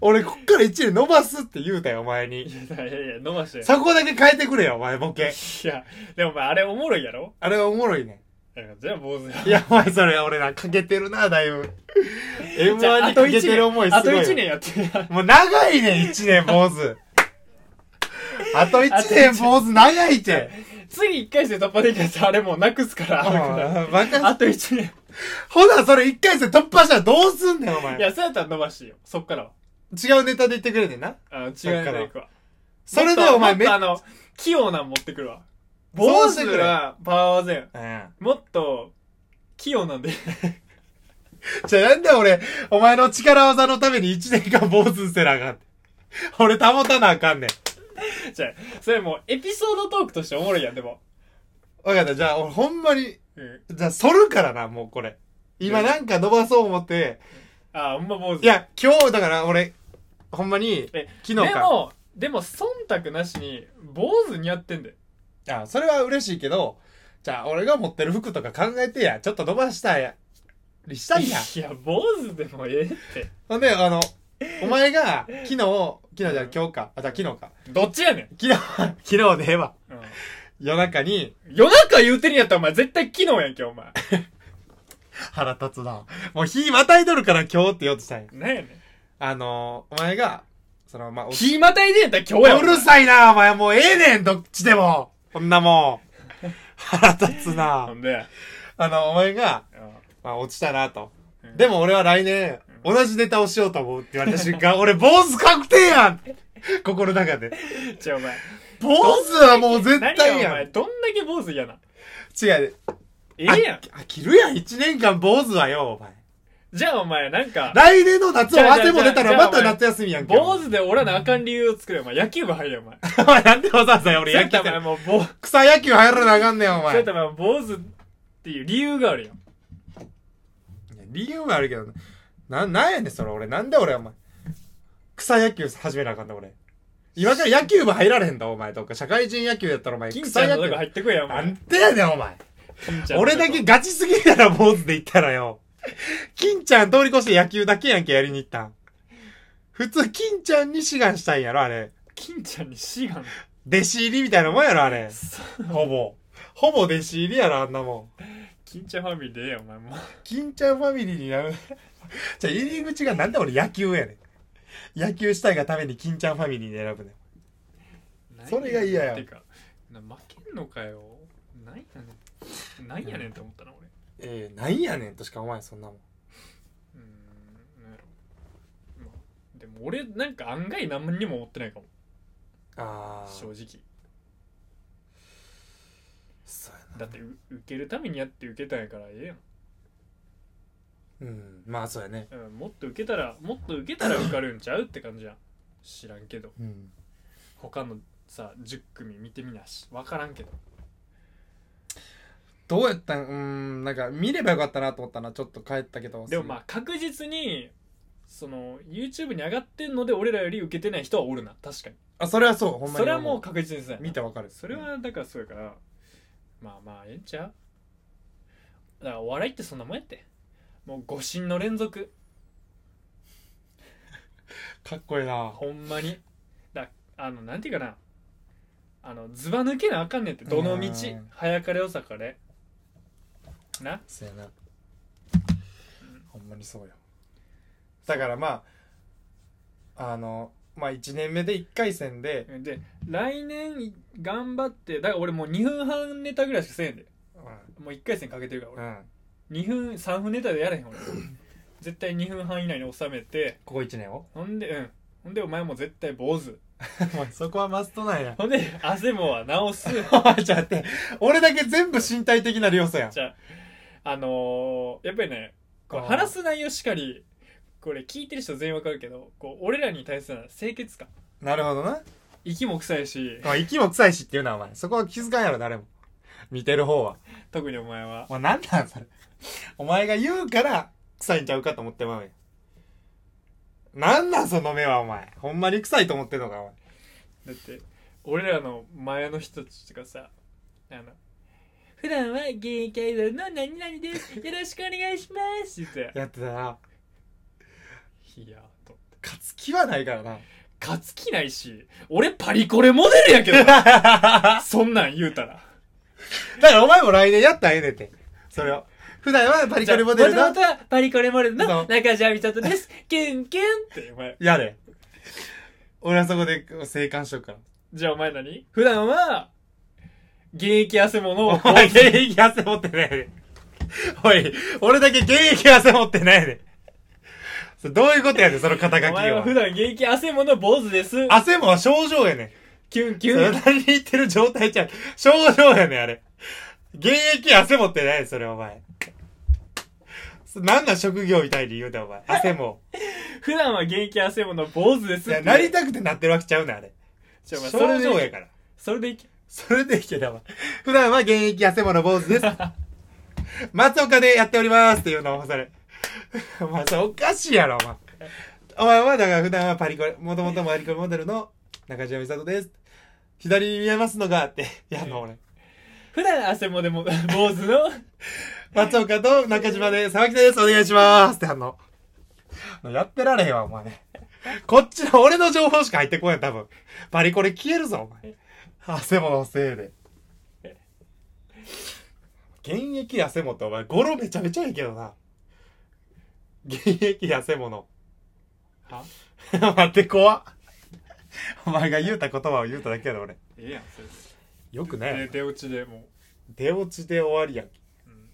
S2: 俺こっから1年伸ばすって言うたよお前
S1: い
S2: に
S1: やだからいやいや伸ばして
S2: そこだけ変えてくれよお前ボケ
S1: いやでもお前あれおもろいやろ
S2: あれおもろいね
S1: だからじゃあ坊主や
S2: いやお前それ俺なかけてるなだい ぶ m
S1: じゃ
S2: 1にかけてる思いす
S1: あと
S2: ごい
S1: 1
S2: よ
S1: 年やってや
S2: もう長いね1年坊主 あと1年坊主長いって
S1: 次1回戦突破できたやつあれもうなくすからあるから
S2: あバカ
S1: あと1年
S2: ほな、それ一回戦突破したらどうすんねん、お前
S1: い。やそうやったら伸ばしてよそっからは
S2: 違うネタで言ってくれねんな。
S1: あの違うネタいくわ
S2: それでお前
S1: め
S2: め
S1: っ
S2: っ
S1: とあの器用なん持ってくるわ
S2: そ
S1: 坊
S2: うしてく
S1: 主
S2: れ
S1: はパワーゼン
S2: うん。
S1: もっと器用 なんで
S2: じゃあなんで俺、お前の力技のために一年間坊主せなあかんねん。俺保たなあかんねん。
S1: じゃあそれもうエピソードトークとしておもろいやんでも
S2: わかった、じゃあ俺ほんまに、
S1: うん
S2: じゃあ反るからな、もうこれ。今なんか伸ばそう思って、
S1: あほんま坊主
S2: いや、今日だから俺、ほんまに、
S1: え
S2: 昨日
S1: で
S2: か。
S1: もでも忖度なしに坊主似合ってんだよ
S2: あ、それは嬉しいけど、じゃあ俺が持ってる服とか考えてや、ちょっと伸ばしたや、りしたいや。
S1: いや坊主でもええって
S2: ほんで、あの、お前が、昨日、昨日じゃない今日か、あ、じゃあ昨日か。
S1: どっちやねん、
S2: 昨日、 昨日でええわ。
S1: うん、
S2: 夜中に、
S1: 夜中言うてんやったらお前絶対昨日やんけお 前
S2: 腹立つな。もう日またいどるから今日って言おうとしたんや。
S1: なんやね
S2: あのー、お前が、その、まあ、お
S1: ん日またいでんやったら今日や
S2: うる
S1: い
S2: さいな、お前もうええねん、どっちでも。こんなもん。腹立つ
S1: ほ。
S2: なん
S1: で、
S2: あの、お前が、
S1: う
S2: まあ、落ちたなと。
S1: ん、
S2: でも俺は来年、同じネタをしようと思うって言われた瞬間、俺、坊主確定やん心の中で。
S1: じゃあお前
S2: 坊主はもう絶
S1: 何
S2: 対
S1: や
S2: や
S1: お
S2: ん。
S1: 前どんだけ坊主嫌な
S2: 違う。
S1: ええやん
S2: あ。飽きるやん、1年間坊主はよ、お前。
S1: じゃあお前なんか
S2: 来年の夏は汗も出た
S1: じゃあ
S2: ら
S1: じゃ
S2: ま
S1: あ
S2: た夏休みやんけ。
S1: 坊主でおらなあかん理由を作れお前野球部入れお前
S2: お前なんでわざわざ俺
S1: そうや
S2: 野
S1: った
S2: 球
S1: らお前
S2: 部
S1: もう坊主
S2: 草野球入らなあかんねん、
S1: そ
S2: お
S1: うや
S2: 前
S1: っ。たらお前坊主っていう理由があるやん
S2: 理由はあるけど、な、なんやねん、それ俺。なんで俺、お前。草野球始めなあかんだ、俺。今から野球部入られへんだ、お前。どっか社会人野球やったら、お前。
S1: 金ちゃん
S2: 野
S1: のとこ入ってこいやお
S2: な
S1: 前
S2: んてやねん、お前。
S1: 金ちゃんのと
S2: 俺
S1: こ
S2: だけガチすぎるやろ、坊主で言ったらよ。金ちゃん通り越して野球だけやんけ、やりに行ったん。普通、金ちゃんに志願したいんやろ、あれ。
S1: 金ちゃんに志願
S2: 弟子入りみたいなもんやろ、あれ。
S1: そう
S2: ほぼ。ほぼ弟子入りやろ、あんなもん。
S1: 金ちゃんファミリーでええやんお前もう
S2: 金ちゃんファミリーになる。 じゃあ入り口がなんで俺野球やねん。野球したいがために金ちゃんファミリーに選ぶねん。それが嫌や
S1: てかな負けんのかよなんやねんなんやねんって思ったな俺
S2: えー、なんやねんとしか思わん、そんなもん。
S1: うーんなんやろまあでも俺なんか案外何にも思ってないかも
S2: あ
S1: 正
S2: ー。
S1: 直
S2: そう
S1: だってう受けるためにやって受けたんやからえ
S2: やなうんまあそうやね
S1: えやん、うん、もっと受けたらもっと受けたら受かるんちゃうって感じやん知らんけど
S2: うん
S1: 他のさ10組見てみなし分からんけど
S2: どうやったんうーんなんか見ればよかったなと思ったなちょっと帰ったけど
S1: でもまあ確実にその YouTube に上がってんので俺らより受けてない人はおるな確かに
S2: あそれはそうほんまに
S1: それはもう確実ですね
S2: 見てわかる
S1: それはだからそうやからまあまあええんちゃうだからお笑いってそんなもんやってもう誤信の連続
S2: かっこいいな
S1: ほんまにだあのなんていうかなあのずば抜けなあかんねんってどの道
S2: うん
S1: 早かれ遅かれな
S2: そうやなほんまにそうよだからまああのまあ1年目で1回戦で、
S1: で来年頑張ってだから俺もう2分半ネタぐらいしかせえへんでもう1回戦かけてるから
S2: う
S1: 俺、
S2: ん、
S1: 2分3分ネタでやれへ ん俺絶対2分半以内に収めて
S2: ここ1年 を
S1: ほんでうんほんでお前も絶対坊主
S2: そこはマストなんや
S1: ほんで汗もは直す
S2: ちょっと待って俺だけ全部身体的な要素やん
S1: じゃああのーやっぱりねこう
S2: あー
S1: 話す内容しかりこれ聞いてる人全員わかるけどこう俺らに対する清潔感
S2: なるほどな、
S1: 息も臭いし
S2: まあ、息も臭いしっていうなお前そこは気づかんやろ誰も見てる方は
S1: 特にお前は
S2: お前なんなんそれお前が言うから臭いんちゃうかと思ってまうやんなんなんその目はお前ほんまに臭いと思ってんのかお前
S1: だって俺らの前の人たちがさあの普段は現役アイドルの何々ですよろしくお願いしますって言って
S2: やってたら
S1: いやーと
S2: 勝つ気はないか らな
S1: 勝つ気ないし俺パリコレモデルやけどな そんなん言うたら
S2: だからお前も来年やったらええねんて。それを。普段はパリカリモデル
S1: じゃあも
S2: だ
S1: と。もとはパリコレモデル
S2: そ
S1: の
S2: う
S1: 中島美里ですキュンキュンってお前
S2: やれ。俺はそこで生還しようから。
S1: じゃあお前何普段は現役汗物を
S2: お前現役汗持ってないで。おい、俺だけ現役汗持ってないで。それどういうことやねん、その肩書
S1: お前は
S2: き
S1: 普
S2: を。
S1: 段現役汗物坊主です
S2: 汗も症状やねん。
S1: キュンキ
S2: そ
S1: ュ
S2: れ
S1: ン
S2: 何言ってる状態じゃん。症状やねん、あれ。現役汗持ってないで、それお前。そなんなん職業みたいに言うて、お前。汗 も。
S1: 普段は現役汗物坊主です
S2: い
S1: っ
S2: や、
S1: て
S2: なりたくてなってるわけちゃうねん、あれ。
S1: ちょお前
S2: 症
S1: それで
S2: 状やから。
S1: それでいけ
S2: それでいけたわ。普段は現役痩せ物坊主です。 松岡でやっておりますっていうのをそれ。 お前さ、おかしいやろ、お前。お前は、だから普段はパリコレ、もともとパリコレモデルの中島美里です。左に見えますのが、って、やんの、俺。
S1: 普段汗もで も坊主の
S2: 松岡と中島で、沢木です、お願いしますってやんの。やってられへんわ、お前ね。こっちの俺の情報しか入ってこんやん、多分。パリコレ消えるぞ、お前。汗ものせいで。現役汗もって、お前、語呂めちゃめちゃいいけどな。現役汗もの。
S1: は
S2: 待って、怖っ。お前が言うた言葉を言うただけやで、俺。
S1: ええやんそれ
S2: よく
S1: で、ね、。出落ちでもう、
S2: 出落ちで終わりやん。
S1: うん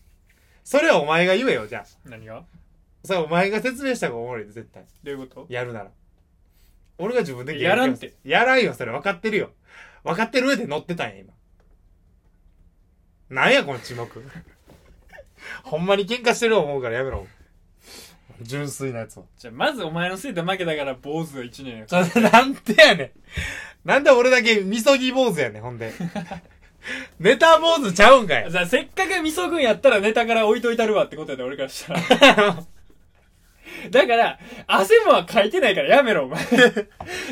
S2: それはお前が言えよ、じゃあ。
S1: 何が
S2: それはお前が説明した方がおもろいで、絶対。
S1: どういうこと
S2: やるなら。俺が自分で
S1: やらんて。
S2: やらんよ、それ。分かってるよ。分かってる上で乗ってたんや、今。なんや、この沈黙。 ほんまに喧嘩してる思うからやめろ。純粋なやつは。
S1: じゃあまずお前のせいで負けたから坊主が1年や
S2: ちょ、なんてやねん。なんで俺だけ、みそぎ坊主やねん、ほ んで。ネタ坊主ちゃうんかい。
S1: じゃあせっかくみそぐんやったらネタから置いといたるわってことやで俺からしたらだから汗もは書いてないからやめ ろお前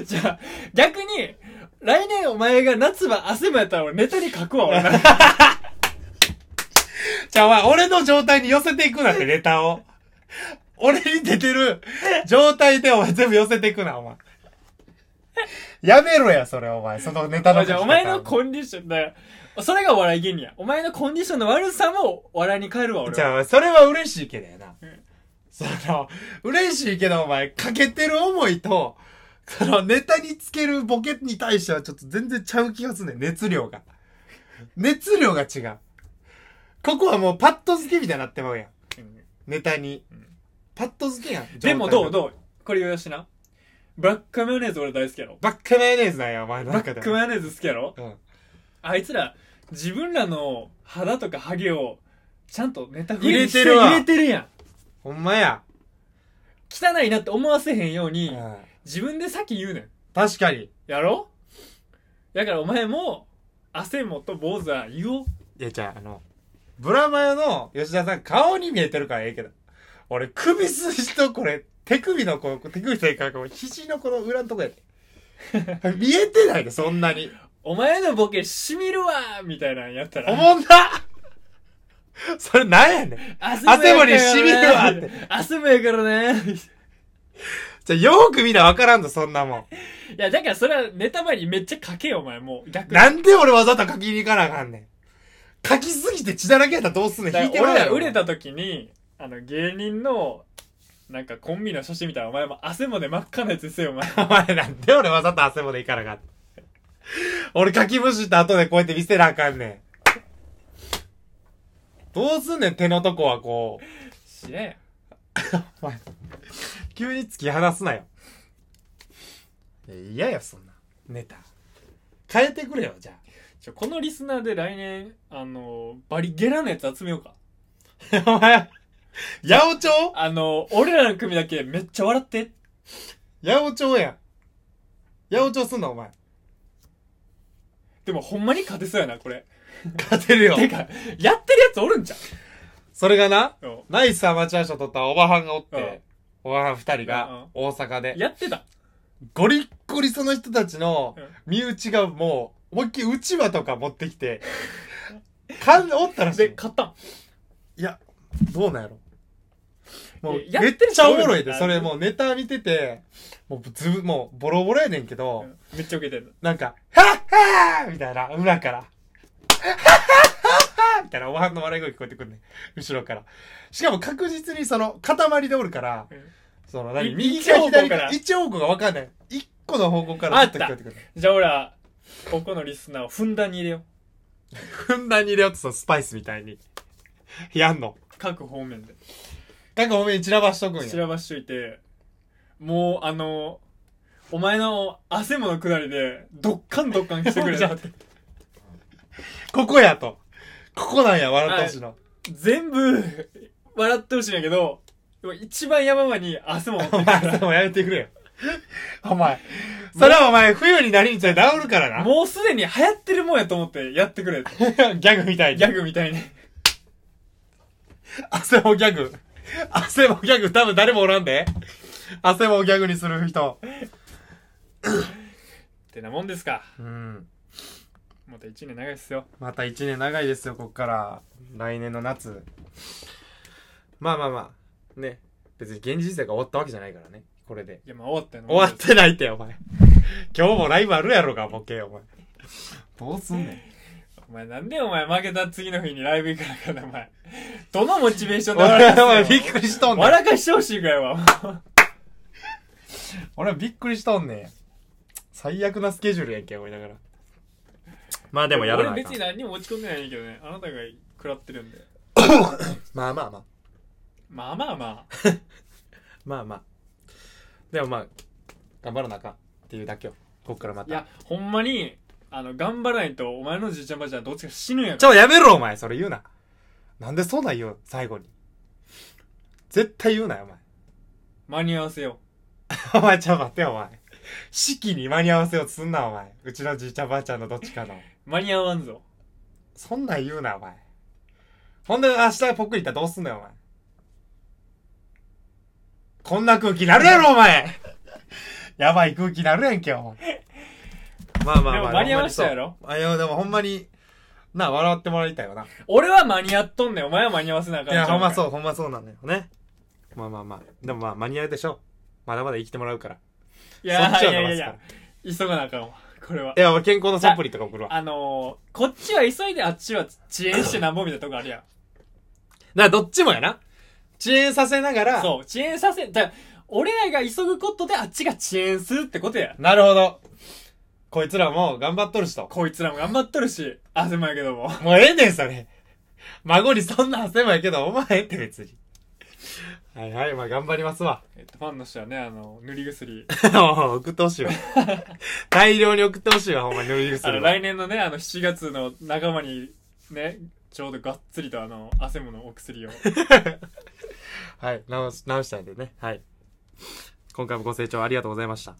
S1: じゃあ逆に来年お前が夏場汗もやったら俺ネタに書くわ 俺
S2: じゃあ、お前俺の状態に寄せていくなって、ネタを。俺に出てる状態でお前全部寄せていくな、お前。やめろや、それ、お前。そのネタの書き
S1: じ
S2: 方。
S1: ゃあお前のコンディションだよそれがお笑い芸人やお前のコンディションの悪さも笑いに変えるわ俺は
S2: じゃあ、それは嬉しいけどやな
S1: うん。
S2: その、嬉しいけど、お前、欠けてる思いと、その、ネタにつけるボケに対しては、ちょっと全然ちゃう気がすんねん、熱量が。熱量が違う。ここはもう、パッと付けみたいになってまうやん。
S1: うん
S2: ネタに
S1: うん。
S2: パッと付けやん。
S1: でもどう
S2: う
S1: どうこれ言うよしなブラックマヨネーズ俺大好きやろ
S2: バックマヨネーズなんや、お前の
S1: ブラ
S2: 中
S1: ッ
S2: では。
S1: クマヨネーズ好きやろ
S2: うん。
S1: あいつら自分らの肌とかハゲをちゃんとネタ
S2: 入れてるわ
S1: 入れてるやん
S2: ほんまや。
S1: 汚いなって思わせへんよう
S2: う
S1: に
S2: ん。
S1: 自分で先言うねん
S2: 確かに。
S1: やろだからお前も汗もと坊主は言おう
S2: いや、じゃあ、あの、ブラマヨの吉田さん、顔に見えてるからええけど。俺、首筋とこれ、手首のこう、手首というか、こう肘のこの裏のとこやで。見えてないで、そんなに。
S1: お前のボケしみるわみたいなんやった
S2: お
S1: ら
S2: もんなそれなんやねん。
S1: 汗
S2: 汗もに染みるわって
S1: 汗もやからね
S2: じゃあ、よーく見なわからんぞ、そんなもん。
S1: いやだからそれはネタ前にめっちゃかけよお前もう逆に
S2: なんで俺わざと書きに行かなあかんねん。書きすぎて血だらけやったらどうすんねん。引いても
S1: 俺
S2: らえ
S1: ら
S2: よ
S1: 売れた時にあの芸人のなんかコンビの写真見たらお前も汗もで真っ赤なやつですよお前
S2: お前なんで俺わざと汗までいかなかった俺書きむしった後でこうやって見せなあかんねん。どうすんねん、手のとこはこう。
S1: 知らんやん
S2: 急に突き放すなよ。いや嫌やそんな。ネタ。変えてくれよ、じゃ
S1: ちょこのリスナーで来年あのバリゲラのやつ集めようか
S2: あ。お前、八百長
S1: あの俺らの組だけめっちゃ笑って
S2: 八百長やん。八百長すんな、お前。
S1: でもほんまに勝てそうやなこれ
S2: 勝てるよ
S1: てかやってるやつおるんじゃ
S2: それがな、
S1: ううん
S2: ナイスアマチュア賞取ったおばはんがおって、おばはん二人
S1: うんう
S2: が
S1: ん
S2: 大阪で、
S1: やってた
S2: ゴリッゴリその人たちの
S1: うん
S2: 身内がもう、思いっきりうちわとか持ってきて、かん、おったらし
S1: で
S2: い。
S1: 勝ったん
S2: いや、どうなんやろ。もう
S1: い、やや
S2: め
S1: っ
S2: って
S1: る人
S2: ちゃおもろい
S1: 多い
S2: で、
S1: な
S2: それもうネタ見てて、もうずぶ、もうボロボロやねんけど、
S1: めっちゃウケてる
S2: なんか、はっはーみたいな、裏から。はっはっはっはーみたいな、おばはんの笑い声聞こえてくんねん。後ろから。しかも確実にその、塊でおるから、その何、
S1: い
S2: 右か
S1: 一方向
S2: 左
S1: か、
S2: から一方向が分かんない。一個の方向からずっと聞こえてくる。
S1: じゃあ俺らここのリスナーをふんだんに入れよ
S2: ふんだんに入れようとそのスパイスみたいに。やんの。
S1: う各方面で
S2: 各方面に散らばしとくん
S1: 散
S2: や。
S1: らばしといてもうあのお前の汗ものくだりでどっかんどっかん来てくれ
S2: ちょっと 待ってここやと。ここなんや、笑ってほしいの。
S1: 全部笑ってほしいんやけどでも一番山場に汗も持って
S2: お
S1: く
S2: 前、
S1: か
S2: でもやめてくれよ。 お前。それはお前、冬になりにちゃ治るから
S1: ら
S2: な。
S1: もうすでに流行ってるもんやと思ってやってくれ
S2: ギャグみたいに。
S1: ギャグみたいに
S2: 汗もギャグ。汗もギャグ、多分誰もおらんで。汗もギャグにする人。
S1: ってなもんですか
S2: うん。
S1: また一年長いっすよ
S2: また一年長いですよ、こっから。来年の夏。まあまあまあ。ね。別に現実世が終わったわけじゃないからね。これで。
S1: いやまあ終わったよ
S2: 終わってないって、お前。今日もライブあるやろか、ボケ、お前。どうすんねん。
S1: お前なんでお前負けた次の日にライブ行かなかったお前どのモチベーションで
S2: 俺
S1: 笑
S2: はお前
S1: かす
S2: び
S1: よ
S2: っくりしとんねん。
S1: 笑かしてほしいぐらいは
S2: 俺はびっくりしとんねん。最悪なスケジュールやんけ、思いながら。まあでもやらない
S1: 俺別に何にも落ち込んでないんやけどねあなたが食らってるんで
S2: まあまあまあ。
S1: まあまあま あ
S2: まあまあ。でもまあ、頑張らなあかんっていうだけよ。こっからま
S1: い
S2: た。
S1: やほんまにあの頑張らないとお前のじいちゃんばあちゃんどっちか死ぬんや
S2: ち
S1: か
S2: ょ、やめろ、お前。それ言うな。なんでそんなん言う最後に。絶対言うなよ、お前。
S1: ら間に合わせよ
S2: お前、ちょ、待ってよ、お前。式に間に合わせようとすんな、お前。うちのじいちゃんばあちゃんのどっちかの。
S1: う間に合わんぞ
S2: そんなん言うな、お前。ほんで、明日ぽっくり行ったらどうすんだよ、お前。こんな空気なるやろ、お 前。やばい空気なるやんけ、お前。まあまあまあ。
S1: でも間に合わしたやろ
S2: ほんまにそうあ、いや、でもほんまに、なあ、笑ってもらいたいよな。
S1: 俺は間に合っとんねんお前は間に合わせなあか
S2: い
S1: ん
S2: や、ほんま
S1: う
S2: そう、ほんまそうなんだよね。まあまあまあ。でもまあ、間に合うでしょ。まだまだ生きてもらうから。
S1: いや
S2: そっち
S1: い
S2: は
S1: やいや
S2: 伸ば
S1: い
S2: すか
S1: や。急が
S2: ら
S1: なあかんわこれはい
S2: や、俺健康のサプリとか送るわ。
S1: あのー、こっちは急いであっちは遅延してなんぼみたいなとこある やん
S2: な、どっちもやな。遅延させながら。
S1: そう、遅延させ、だから俺らが急ぐことであっちが遅延するってことや。
S2: なるほど。こいつらも頑張っとるしと。
S1: こいつらも頑張っとるし、汗もやけども。
S2: もうええねん、それ。孫にそんな汗もやけど、お前ええって別に。はいはい、まあ頑張りますわ。
S1: えっと、ファンの人はね、あの、塗り薬。
S2: 送ってほ しいわ。大量に送ってほしいわ、ほんまに塗り
S1: あの、
S2: 薬は。
S1: 来年のね、あの、7月の仲間に、ね、ちょうどがっつりとあの、汗ものお薬を。
S2: はい、直し、直したんでね。はい。今回もご清聴ありがとうございました。